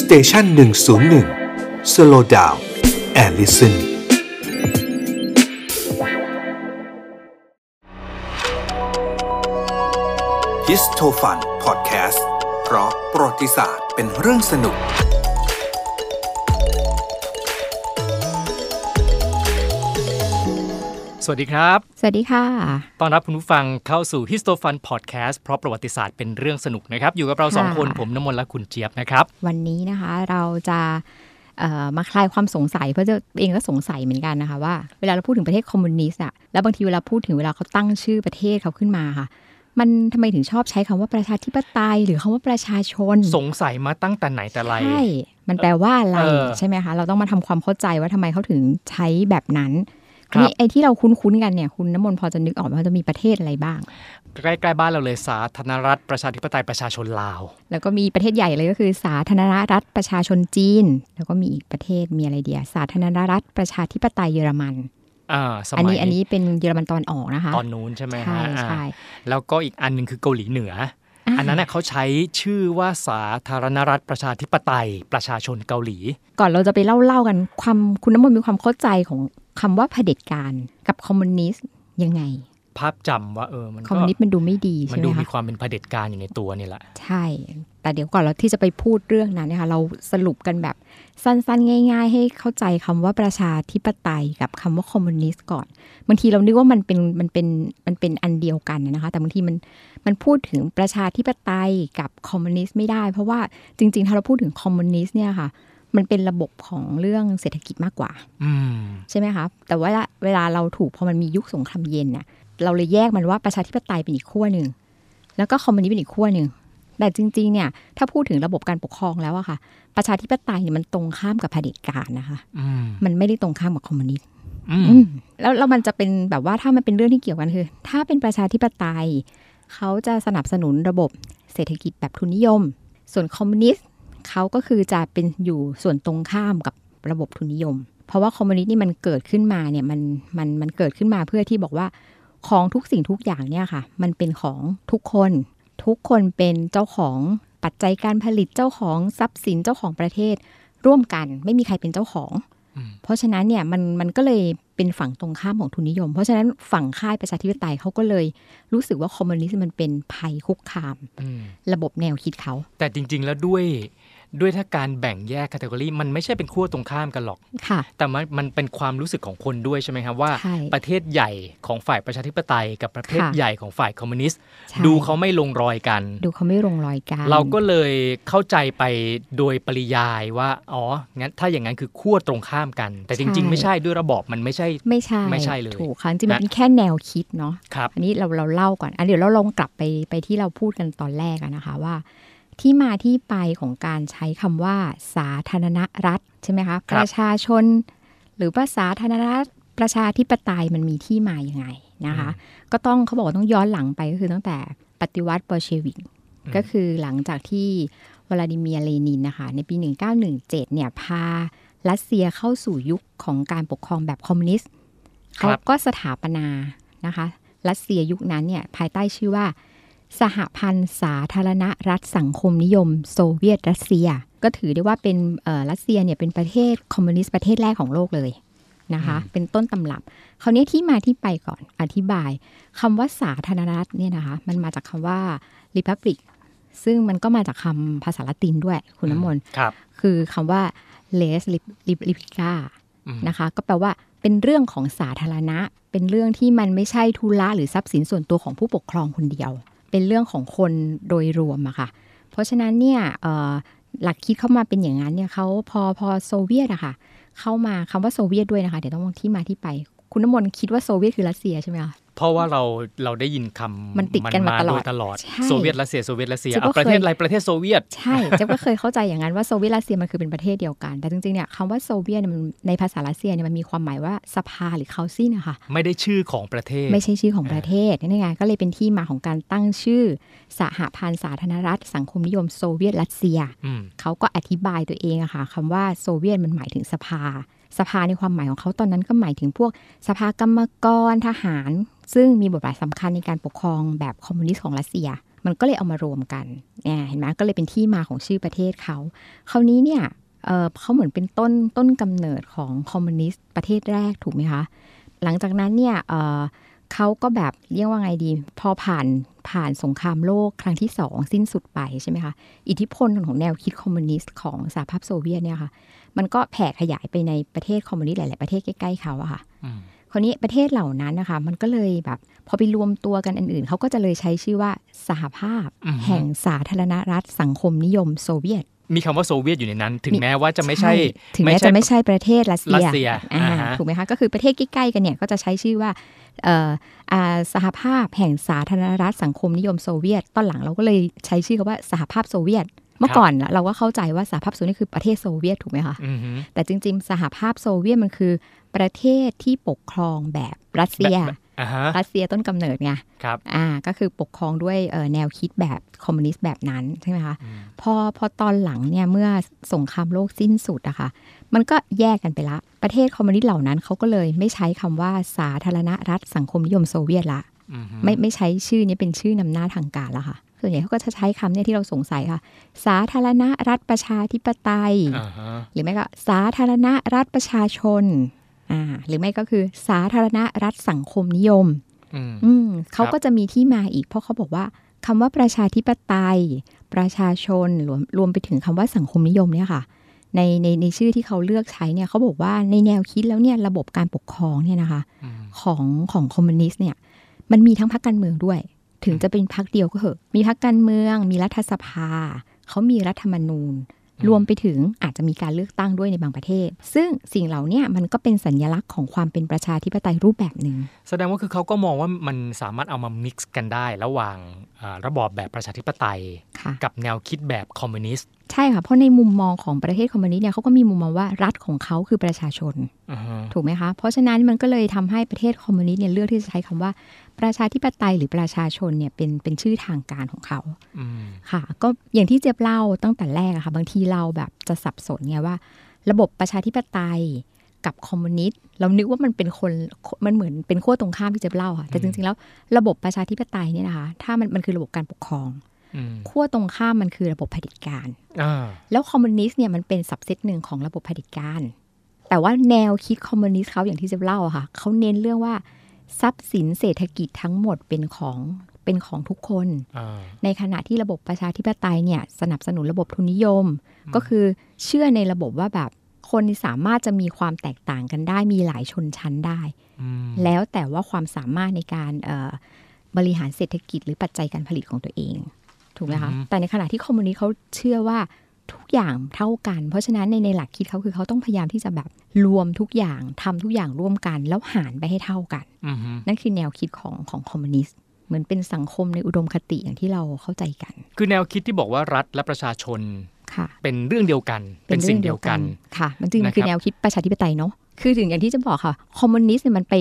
สเตชันหนึ่งศูนย์หนึ่งสโลดาวแอลลิสัน ฮิสโทฟันพอดแคสต์เพราะประวัติศาสตร์เป็นเรื่องสนุก สวัสดีครับ สวัสดีค่ะ ต้อนรับคุณผู้ฟังเข้าสู่ h i s t o f u n Podcast เพราะประวัติศาสตร์เป็นเรื่องสนุกนะครับ อยู่กับเรา ค่ะ 2 คนผมน้ำมนต์และคุณเจี๊ยบนะครับ วันนี้นะคะเราจะเอ่อมาคลายความสงสัยเพราะเจ้าเองก็สงสัยเหมือนกันนะคะว่าเวลาเราพูดถึงประเทศคอมมิวนิสต์อะแล้วบางทีเวลาพูดถึงเวลาเขาตั้งชื่อประเทศเขาขึ้นมาค่ะ มันทำไมถึงชอบใช้คำว่าประชาธิปไตย หรือคำว่าประชาชน สงสัยมาตั้งแต่ไหนแต่ไร ใช่มันแปลว่าอะไร เออ ใช่ไหมคะเราต้องมาทำความเข้าใจว่าทำไมเขาถึงใช้แบบนั้น ครับ นี่ไอ้ที่เราคุ้นๆกันเนี่ยคุณน้ำมนต์พอจะนึกออกไหมว่าจะมีประเทศอะไรบ้าง ใกล้ๆบ้านเราเลยสาธารณรัฐประชาธิปไตยประชาชนลาว แล้วก็มีประเทศใหญ่เลยก็คือสาธารณรัฐประชาชนจีน แล้วก็มีอีกประเทศมีอะไรเดีย สาธารณรัฐประชาธิปไตยเยอรมัน อ่าสมัย อันนี้อันนี้เป็นเยอรมันตอนออกนะคะ ตอนนู้นใช่ไหมฮะ ใช่ใช่ อ่าแล้วก็อีกอันหนึงคือเกาหลีเหนือออันนั้นน่ะเขาใช้ชื่อว่าสาธารณรัฐประชาธิปไตยประชาชนเกาหลี ก่อนเราจะไปเล่าเล่ากันความคุณน้ำมนต์มีความเข้าใจของคำว่าเผด็จการกับคอมมิวนิสต์ยังไง ภาพจำว่าเออมัน คอก็มมิวนิสต์มันดูไม่ดี มั ใช่ น ไห ดู ม มี คะ ความเป็นเผด็จการอยู่ในตัวนี่แหละ ใช่ แต่เดี๋ยวก่อนเราที่จะไปพูดเรื่องนั้นนะคะเราสรุปกันแบบสั้นๆ ง่าย ๆ ให้เข้าใจคำว่าประชาธิปไตยกับคำว่าคอมมิวนิสต์ก่อน บางทีเรานึกว่ามันเป็นมันเป็นมันเป็นอันเดียวกันนะคะ แต่บางทีมันมันพูดถึงประชาธิปไตยกับคอมมิวนิสต์ไม่ได้ เพราะว่าจริง ๆ ถ้าเราพูดถึงคอมมิวนิสต์เนี่ยค่ะ มันเป็นระบบของเรื่องเศรษฐกิจมากกว่า อืม ใช่ไหมคะแต่ว่าเวลาเราถูกพอมันมียุคสงครามเย็นเนี่ยเราเลยแยกมันว่าประชาธิปไตยเป็นอีกขั้วหนึ่งแล้วก็คอมมิวนิสต์เป็นอีกขั้วหนึ่งแต่จริงๆเนี่ยถ้าพูดถึงระบบการปกครองแล้วอะค่ะ ประชาธิปไตยเนี่ยมันตรงข้ามกับเผด็จการนะคะ อืม มันไม่ได้ตรงข้ามกับคอมมิวนิสต์ อืม อืมแล้วแล้วมันจะเป็นแบบว่าถ้ามันเป็นเรื่องที่เกี่ยวกันคือ ถ้าเป็นประชาธิปไตย เขาจะสนับสนุนระบบเศรษฐกิจแบบทุนนิยม ส่วนคอมมิวนิสต์เขาก็คือจะเป็นอยู่ส่วนตรงข้ามกับระบบทุนนิยม เพราะว่าคอมมิวนิสต์นี่มันเกิดขึ้นมาเนี่ยมันมันมันเกิดขึ้นมาเพื่อที่บอกว่าของทุกสิ่งทุกอย่างเนี่ยค่ะ มันเป็นของทุกคน ทุกคนเป็นเจ้าของปัจจัยการผลิตเจ้าของทรัพย์สินเจ้าของประเทศ ร่วมกันไม่มีใครเป็นเจ้าของ เพราะฉะนั้นเนี่ยมันมันก็เลยเป็นฝั่งตรงข้ามของทุนนิยม เพราะฉะนั้นฝั่งค่ายประชาธิปไตยเขาก็เลยรู้สึกว่าคอมมิวนิสต์มันเป็นภัยคุกคาม อืม ระบบแนวคิดเขา แต่จริง ๆ แล้วด้วยด้วยถ้าการแบ่งแยก c a t e g o r y มันไม่ใช่เป็นขั้วตรงข้ามกันหรอก ค่ะ แต่มันมันเป็นความรู้สึกของคนด้วยใช่ไหมครับว่า ใช่ ประเทศใหญ่ของฝ่ายประชาธิปไตย กับประเทศ ค่ะ ใหญ่ของฝ่ายคอมมิวนิสต์ ใช่ ดูเขาไม่ลงรอยกัน ดูเขาไม่ลงรอยกัน เราก็เลยเข้าใจไปโดยปริยายว่าอ๋องั้นถ้าอย่างนั้นคือขั้วตรงข้ามกัน แต่จริง ๆ ไม่ใช่ด้วยระบอบมันไม่ใช่ ไม่ใช่ ไม่ใช่เลย ถูกค่ะจริงๆมัน นะ เป็นแค่แนวคิดเนาะ ครับ อันนี้เราเราเล่าก่อนอันเดี๋ยวเราลองกลับไปไปที่เราพูดกันตอนแรกอะนะคะว่า ที่มาที่ไปของการใช้คำว่า สาธารณรัฐใช่ไหมคะ ค ป รับ ระชาชน หรือว่าสาธารณรัฐประชาธิปไตยมันมีที่มาอย่างไงนะคะ ก็ต้องเขาบอกว่าต้องย้อนหลังไปก็คือตั้งแต่ปฏิวัติโบลเชวิกก็คือหลังจากที่วลาดิเมียร์เลนินนะคะ ในปี 1917 เนี่ยพารัสเซียเข้าสู่ยุคของการปกครองแบบคอมมิวนิสต์ ครั เขา บ ก็สถาปนานะคะ รัสเซียยุคนั้นเนี่ยภายใต้ชื่อว่า สหพันธ์สาธารณรัฐสังคมนิยม โซเวียตรัสเซีย ก็ถือได้ว่าเป็นเอ่อรัสเซียเนี่ยเป็นประเทศคอมมิวนิสต์ประเทศแรกของโลกเลยนะคะ เป็นต้นตำรับ คราวนี้ที่มาที่ไปก่อนอธิบายคำว่าสาธารณรัฐเนี่ยนะคะ มันมาจากคำว่า republic ซึ่งมันก็มาจากคำภาษาละตินด้วยคุณน้ำมนต์ ครับ คือคำว่า les lip l i p i c a อืม นะคะ ก็แปลว่าเป็นเรื่องของสาธารณะ เป็นเรื่องที่มันไม่ใช่ธุระหรือทรัพย์สินส่วนตัวของผู้ปกครองคนเดียว เป็นเรื่องของคนโดยรวมอะค่ะ เพราะฉะนั้นเนี่ยเอ่อหลักคิดเข้ามาเป็นอย่างนั้นเนี่ยเขาพอพอโซเวียตอะค่ะ เข้ามาคำว่าโซเวียตด้วยนะคะ เดี๋ยวต้องมองที่มาที่ไป คุณน้ำมนต์คิดว่าโซเวียตคือรัสเซียใช่ไหมคะ เพราะว่าเราเราได้ยินคำ มันติดกันมาตลอด โยตลอด ใช่ โซเวียตรัสเซียโซเวียตรัสเซีย ซึ่งก็ เอาประเทศ เคย อะไรประเทศโซเวียต ใช่ เจ๊ยบก็เคยเข้าใจอย่างนั้นว่าโซเวียตรัสเซียมันคือเป็นประเทศเดียวกัน แต่จริงๆเนี่ยคำว่าโซเวียตเนี่ยมันในภาษารัสเซียเนี่ยมันมีความหมายว่าสภาหรือเคาซินนะคะ ไม่ได้ชื่อของประเทศ ไม่ใช่ชื่อของประเทศนี่ไงก็เลยเป็นที่มาของการตั้งชื่อ สหพันธ์สาธารณรัฐ สังคมนิยมโซเวียตรัสเซีย อืม เขาก็อธิบายตัวเองอะค่ะคำว่าโซเวียตมันหมายถึงสภา สภาในความหมายของเขาตอนนั้นก็หมายถึงพวกสภากรรมกรทหาร ซึ่งมีบทบาทสำคัญในการปกครองแบบคอมมิวนิสต์ของรัสเซีย มันก็เลยเอามารวมกันเนี่ยเห็นไหมก็เลยเป็นที่มาของชื่อประเทศเขา คราวนี้เนี่ยเอ่อเขาเหมือนเป็นต้นต้นกำเนิดของคอมมิวนิสต์ประเทศแรกถูกไหมคะ หลังจากนั้นเนี่ยเอ่อเขาก็แบบเรียกว่าไงดี พอผ่านผ่านสงครามโลกครั้งที่สองสิ้นสุดไปใช่ไหมคะ อิทธิพลของแนวคิดคอมมิวนิสต์ของสหภาพโซเวียตเนี่ยค่ะ มันก็แผ่ขยายไปในประเทศคอมมิวนิสต์หลาย ๆ ประเทศใกล้ ๆ เขาอะค่ะ อืม คราวนี้ประเทศเหล่านั้นนะคะ มันก็เลยแบบพอไปรวมตัวกันอันอื่นเขาก็จะเลยใช้ชื่อว่าสหภาพ อืม แห่งสาธารณรัฐสังคมนิยมโซเวียต มีคำว่าโซเวียตอยู่ในนั้น ถึง มี แม้ว่าจะไม่ใช่ ถึงแม้จะไม่ใช่ประเทศรัสเซี รั ย สเซีย อ่า อ่าฮะ ถูกไหมคะก็คือประเทศใกล้ๆกันเนี่ยก็จะใช้ชื่อว่าเอ่ออ่าสหภาพแห่งสาธารณรัฐสังคมนิยมโซเวียต ตอนหลังเราก็เลยใช้ชื่อคำว่าสหภาพโซเวียต เมื่อก่อนเราก็เข้าใจว่าสหภาพโซเวียตคือประเทศโซเวียตถูกไหมคะ อือหือ แต่จริงๆ สหภาพโซเวียตมันคือ ประเทศที่ปกครองแบบรัสเซีย แบบ อ่าฮะ รัสเซียต้นกำเนิดไง ครับ อ่า ก็คือปกครองด้วยเอ่อแนวคิดแบบคอมมิวนิสต์แบบนั้นใช่ไหมคะ อืม พอพอตอนหลังเนี่ยเมื่อสงครามโลกสิ้นสุดอะค่ะ มันก็แยกกันไปละ ประเทศคอมมิวนิสต์เหล่านั้นเขาก็เลยไม่ใช้คำว่าสาธารณรัฐสังคมนิยมโซเวียตละ อือหือ ไม่ไม่ใช้ชื่อนี้เป็นชื่อนำหน้าทางการแล้วค่ะ ส่วนใหญ่เขาก็จะใช้คำเนี่ยที่เราสงสัยค่ะ สาธารณรัฐประชาธิปไตย อ่าฮะ หรือไม่ก็สาธารณรัฐประชาชนอ่าหรือไม่ก็คือสาธารณรัฐสังคมนิยม อืม อืมเขา ครับ ก็จะมีที่มาอีก เพราะเขาบอกว่าคำว่าประชาธิปไตย ประชาชนรวมรวมไปถึงคำว่าสังคมนิยมเนี่ยค่ะ ในในในชื่อที่เขาเลือกใช้เนี่ยเขาบอกว่าในแนวคิดแล้วเนี่ยระบบการปกครองเนี่ยนะคะ อืม ของของคอมมิวนิสต์เนี่ยมันมีทั้งพรรคการเมืองด้วย ถึงจะเป็นพรรคเดียวก็เหอะมีพรรคการเมือง มีรัฐสภา เขามีรัฐธรรมนูญ รวมไปถึงอาจจะมีการเลือกตั้งด้วยในบางประเทศ ซึ่งสิ่งเหล่าเนี้มันก็เป็นสัญลักษณ์ของความเป็นประชาธิปไตยรูปแบบหนึ่ง แสดงว่าคือเขาก็มองว่ามันสามารถเอามา mix กันได้ ระหว่างอ่าระบอบแบบประชาธิปไตย ค่ะ กับแนวคิดแบบคอมมิวนิสต์ ใช่ค่ะ เพราะในมุมมองของประเทศคอมมิวนิสต์เนี่ยเขาก็มีมุมมองว่ารัฐของเขาคือประชาชน อือฮึ ถูกไหมคะ เพราะฉะนั้นมันก็เลยทำให้ประเทศคอมมิวนิสต์เนี่ยเลือกที่จะใช้คำว่าประชาธิปไตยหรือประชาชนเนี่ยเป็นเป็นชื่อทางการของเขา อืม ค่ะก็อย่างที่เจี๊ยบเล่าตั้งแต่แรกอะค่ะบางทีเราแบบจะสับสนไงว่า ระบบประชาธิปไตยกับคอมมิวนิสต์เรานึกว่ามันเป็นคนมันเหมือนเป็นขั้วตรงข้ามที่เจี๊ยบเล่าค่ะแต่จริงๆแล้วระบบประชาธิปไตยเนี่ยนะคะถ้ามันมันคือระบบการปกครอง อืม ขั้วตรงข้ามมันคือระบบเผด็จการ อ่า แล้วคอมมิวนิสต์เนี่ยมันเป็นสับเซตหนึ่งของระบบเผด็จการ แต่ว่าแนวคิดคอมมิวนิสต์เขาอย่างที่เจะเล่าอะค่ะเขาเน้นเรื่องว่าทรัพย์สินเศรษฐกิจทั้งหมดเป็นของเป็นของทุกคน อ่า ในขณะที่ระบบประชาธิปไตยเนี่ยสนับสนุนระบบทุนนิยม ก็คือเชื่อในระบบว่าแบบคนสามารถจะมีความแตกต่างกันได้ มีหลายชนชั้นได้ อืม แล้วแต่ว่าความสามารถในการเอ่อบริหารเศรษฐกิจหรือปัจจัยการผลิตของตัวเอง ถูกไหมคะแต่ในขณะที่คอมมิวนิสต์เขาเชื่อว่าทุกอย่างเท่ากัน เพราะฉะนั้นในในหลักคิดเขาคือเขาต้องพยายามที่จะแบบรวมทุกอย่างทำทุกอย่างร่วมกัน แล้วหารไปให้เท่ากัน อือฮึ นั่นคือแนวคิดของของคอมมิวนิสต์เหมือนเป็นสังคมในอุดมคติอย่างที่เราเข้าใจกัน คือแนวคิดที่บอกว่ารัฐและประชาชน ค่ะ เป็นเรื่องเดียวกัน เป็นสิ่งเดียวกัน ค่ะ มันจึง นะครั มั บ นคือแนวคิดประชาธิปไตยเนาะคือถึงอย่างที่จะบอกค่ะคอมมิวนิสต์เนี่ยมันไป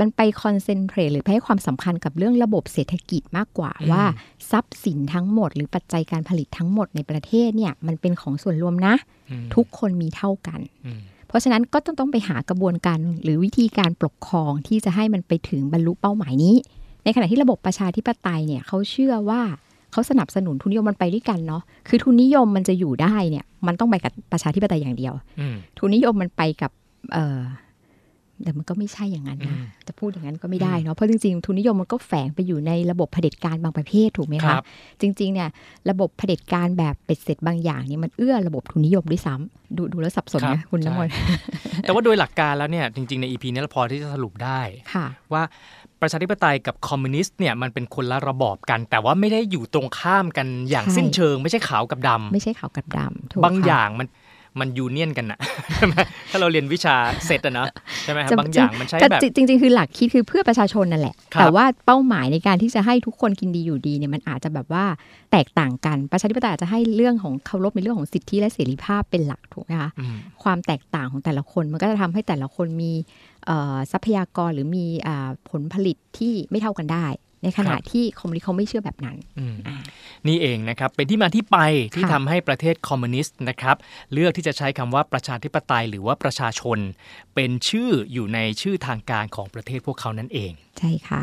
มันไปคอนเซนเทรตหรือไปให้ความสำคัญกับเรื่องระบบเศรษฐกิจมากกว่าว่าทรัพย์สินทั้งหมด หรือปัจจัยการผลิตทั้งหมดในประเทศเนี่ยมันเป็นของส่วนรวมนะ อืม ทุกคนมีเท่ากัน อืม เพราะฉะนั้นก็ต้องต้องไปหากระบวนการหรือวิธีการปกครองที่จะให้มันไปถึงบรรลุเป้าหมายนี้ ในขณะที่ระบบประชาธิปไตยเนี่ยเขาเชื่อว่าเขาสนับสนุนทุนนิยมมันไปด้วยกันเนาะคือทุนนิยมมันจะอยู่ได้เนี่ยมันต้องไปกับประชาธิปไตยอย่างเดียว อืม ทุนนิยมมันไปกับเออแต่มันก็ไม่ใช่อย่างนั้นนะจะพูดอย่างนั้นก็ไม่ได้เนาะเพราะจริงๆทุนนิยมมันก็แฝงไปอยู่ในระบบเผด็จการบางประเภทถูกไหม ครั คะ บ จริงๆเนี่ยระบบเผด็จการแบบเป็ดเสร็จบางอย่างเนี่ยมันเอื้อระบบทุนนิยมด้วยซ้ำดูดูแล้วสับสนนะคุณน้ำมนต์ แต่ว่าโดยหลักการแล้วเนี่ยจริงๆใน EP นี้เราพอที่จะสรุปได้ ค่ะ ว่าประชาธิปไตยกับคอมมิวนิสต์เนี่ยมันเป็นคนละระบอบกัน แต่ว่าไม่ได้อยู่ตรงข้ามกันอย่าง ใช่ สิ้นเชิง ไม่ใช่ขาวกับดำ ไม่ใช่ขาวกับดำถูก บาง ค่ะ อย่างมันมันยูเนียนกันนะ ใช่ไหมถ้าเราเรียนวิชาเซตอะเนาะใช่ไหมครับ จะ บางอย่างมันใช้ ก็ แบบ จริงจริง ๆ คือหลักคิดคือเพื่อประชาชนนั่นแหละ ครับ แต่ว่าเป้าหมายในการที่จะให้ทุกคนกินดีอยู่ดีเนี่ยมันอาจจะแบบว่าแตกต่างกันประชาธิปไตยอาจจะให้เรื่องของเคารพในเรื่องของสิทธิและเสรีภาพเป็นหลักถูกไหมคะ อืม ความแตกต่างของแต่ละคนมันก็จะทำให้แต่ละคนมีเอ่อทรัพยากรหรือมีอ่าผลผลิตที่ไม่เท่ากันได้ ในขณะที่คอมมิวนิสต์เขาไม่เชื่อแบบนั้น อืมนี่เองนะครับ เป็นที่มาที่ไปที่ ค่ะ ทำให้ประเทศคอมมิวนิสต์นะครับ เลือกที่จะใช้คำว่าประชาธิปไตยหรือว่าประชาชน เป็นชื่ออยู่ในชื่อทางการของประเทศพวกเขานั่นเอง ใช่ค่ะ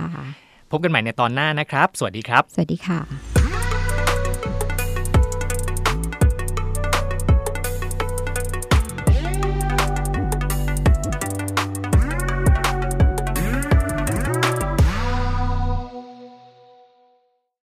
พบกันใหม่ในตอนหน้านะครับ สวัสดีครับ สวัสดีค่ะ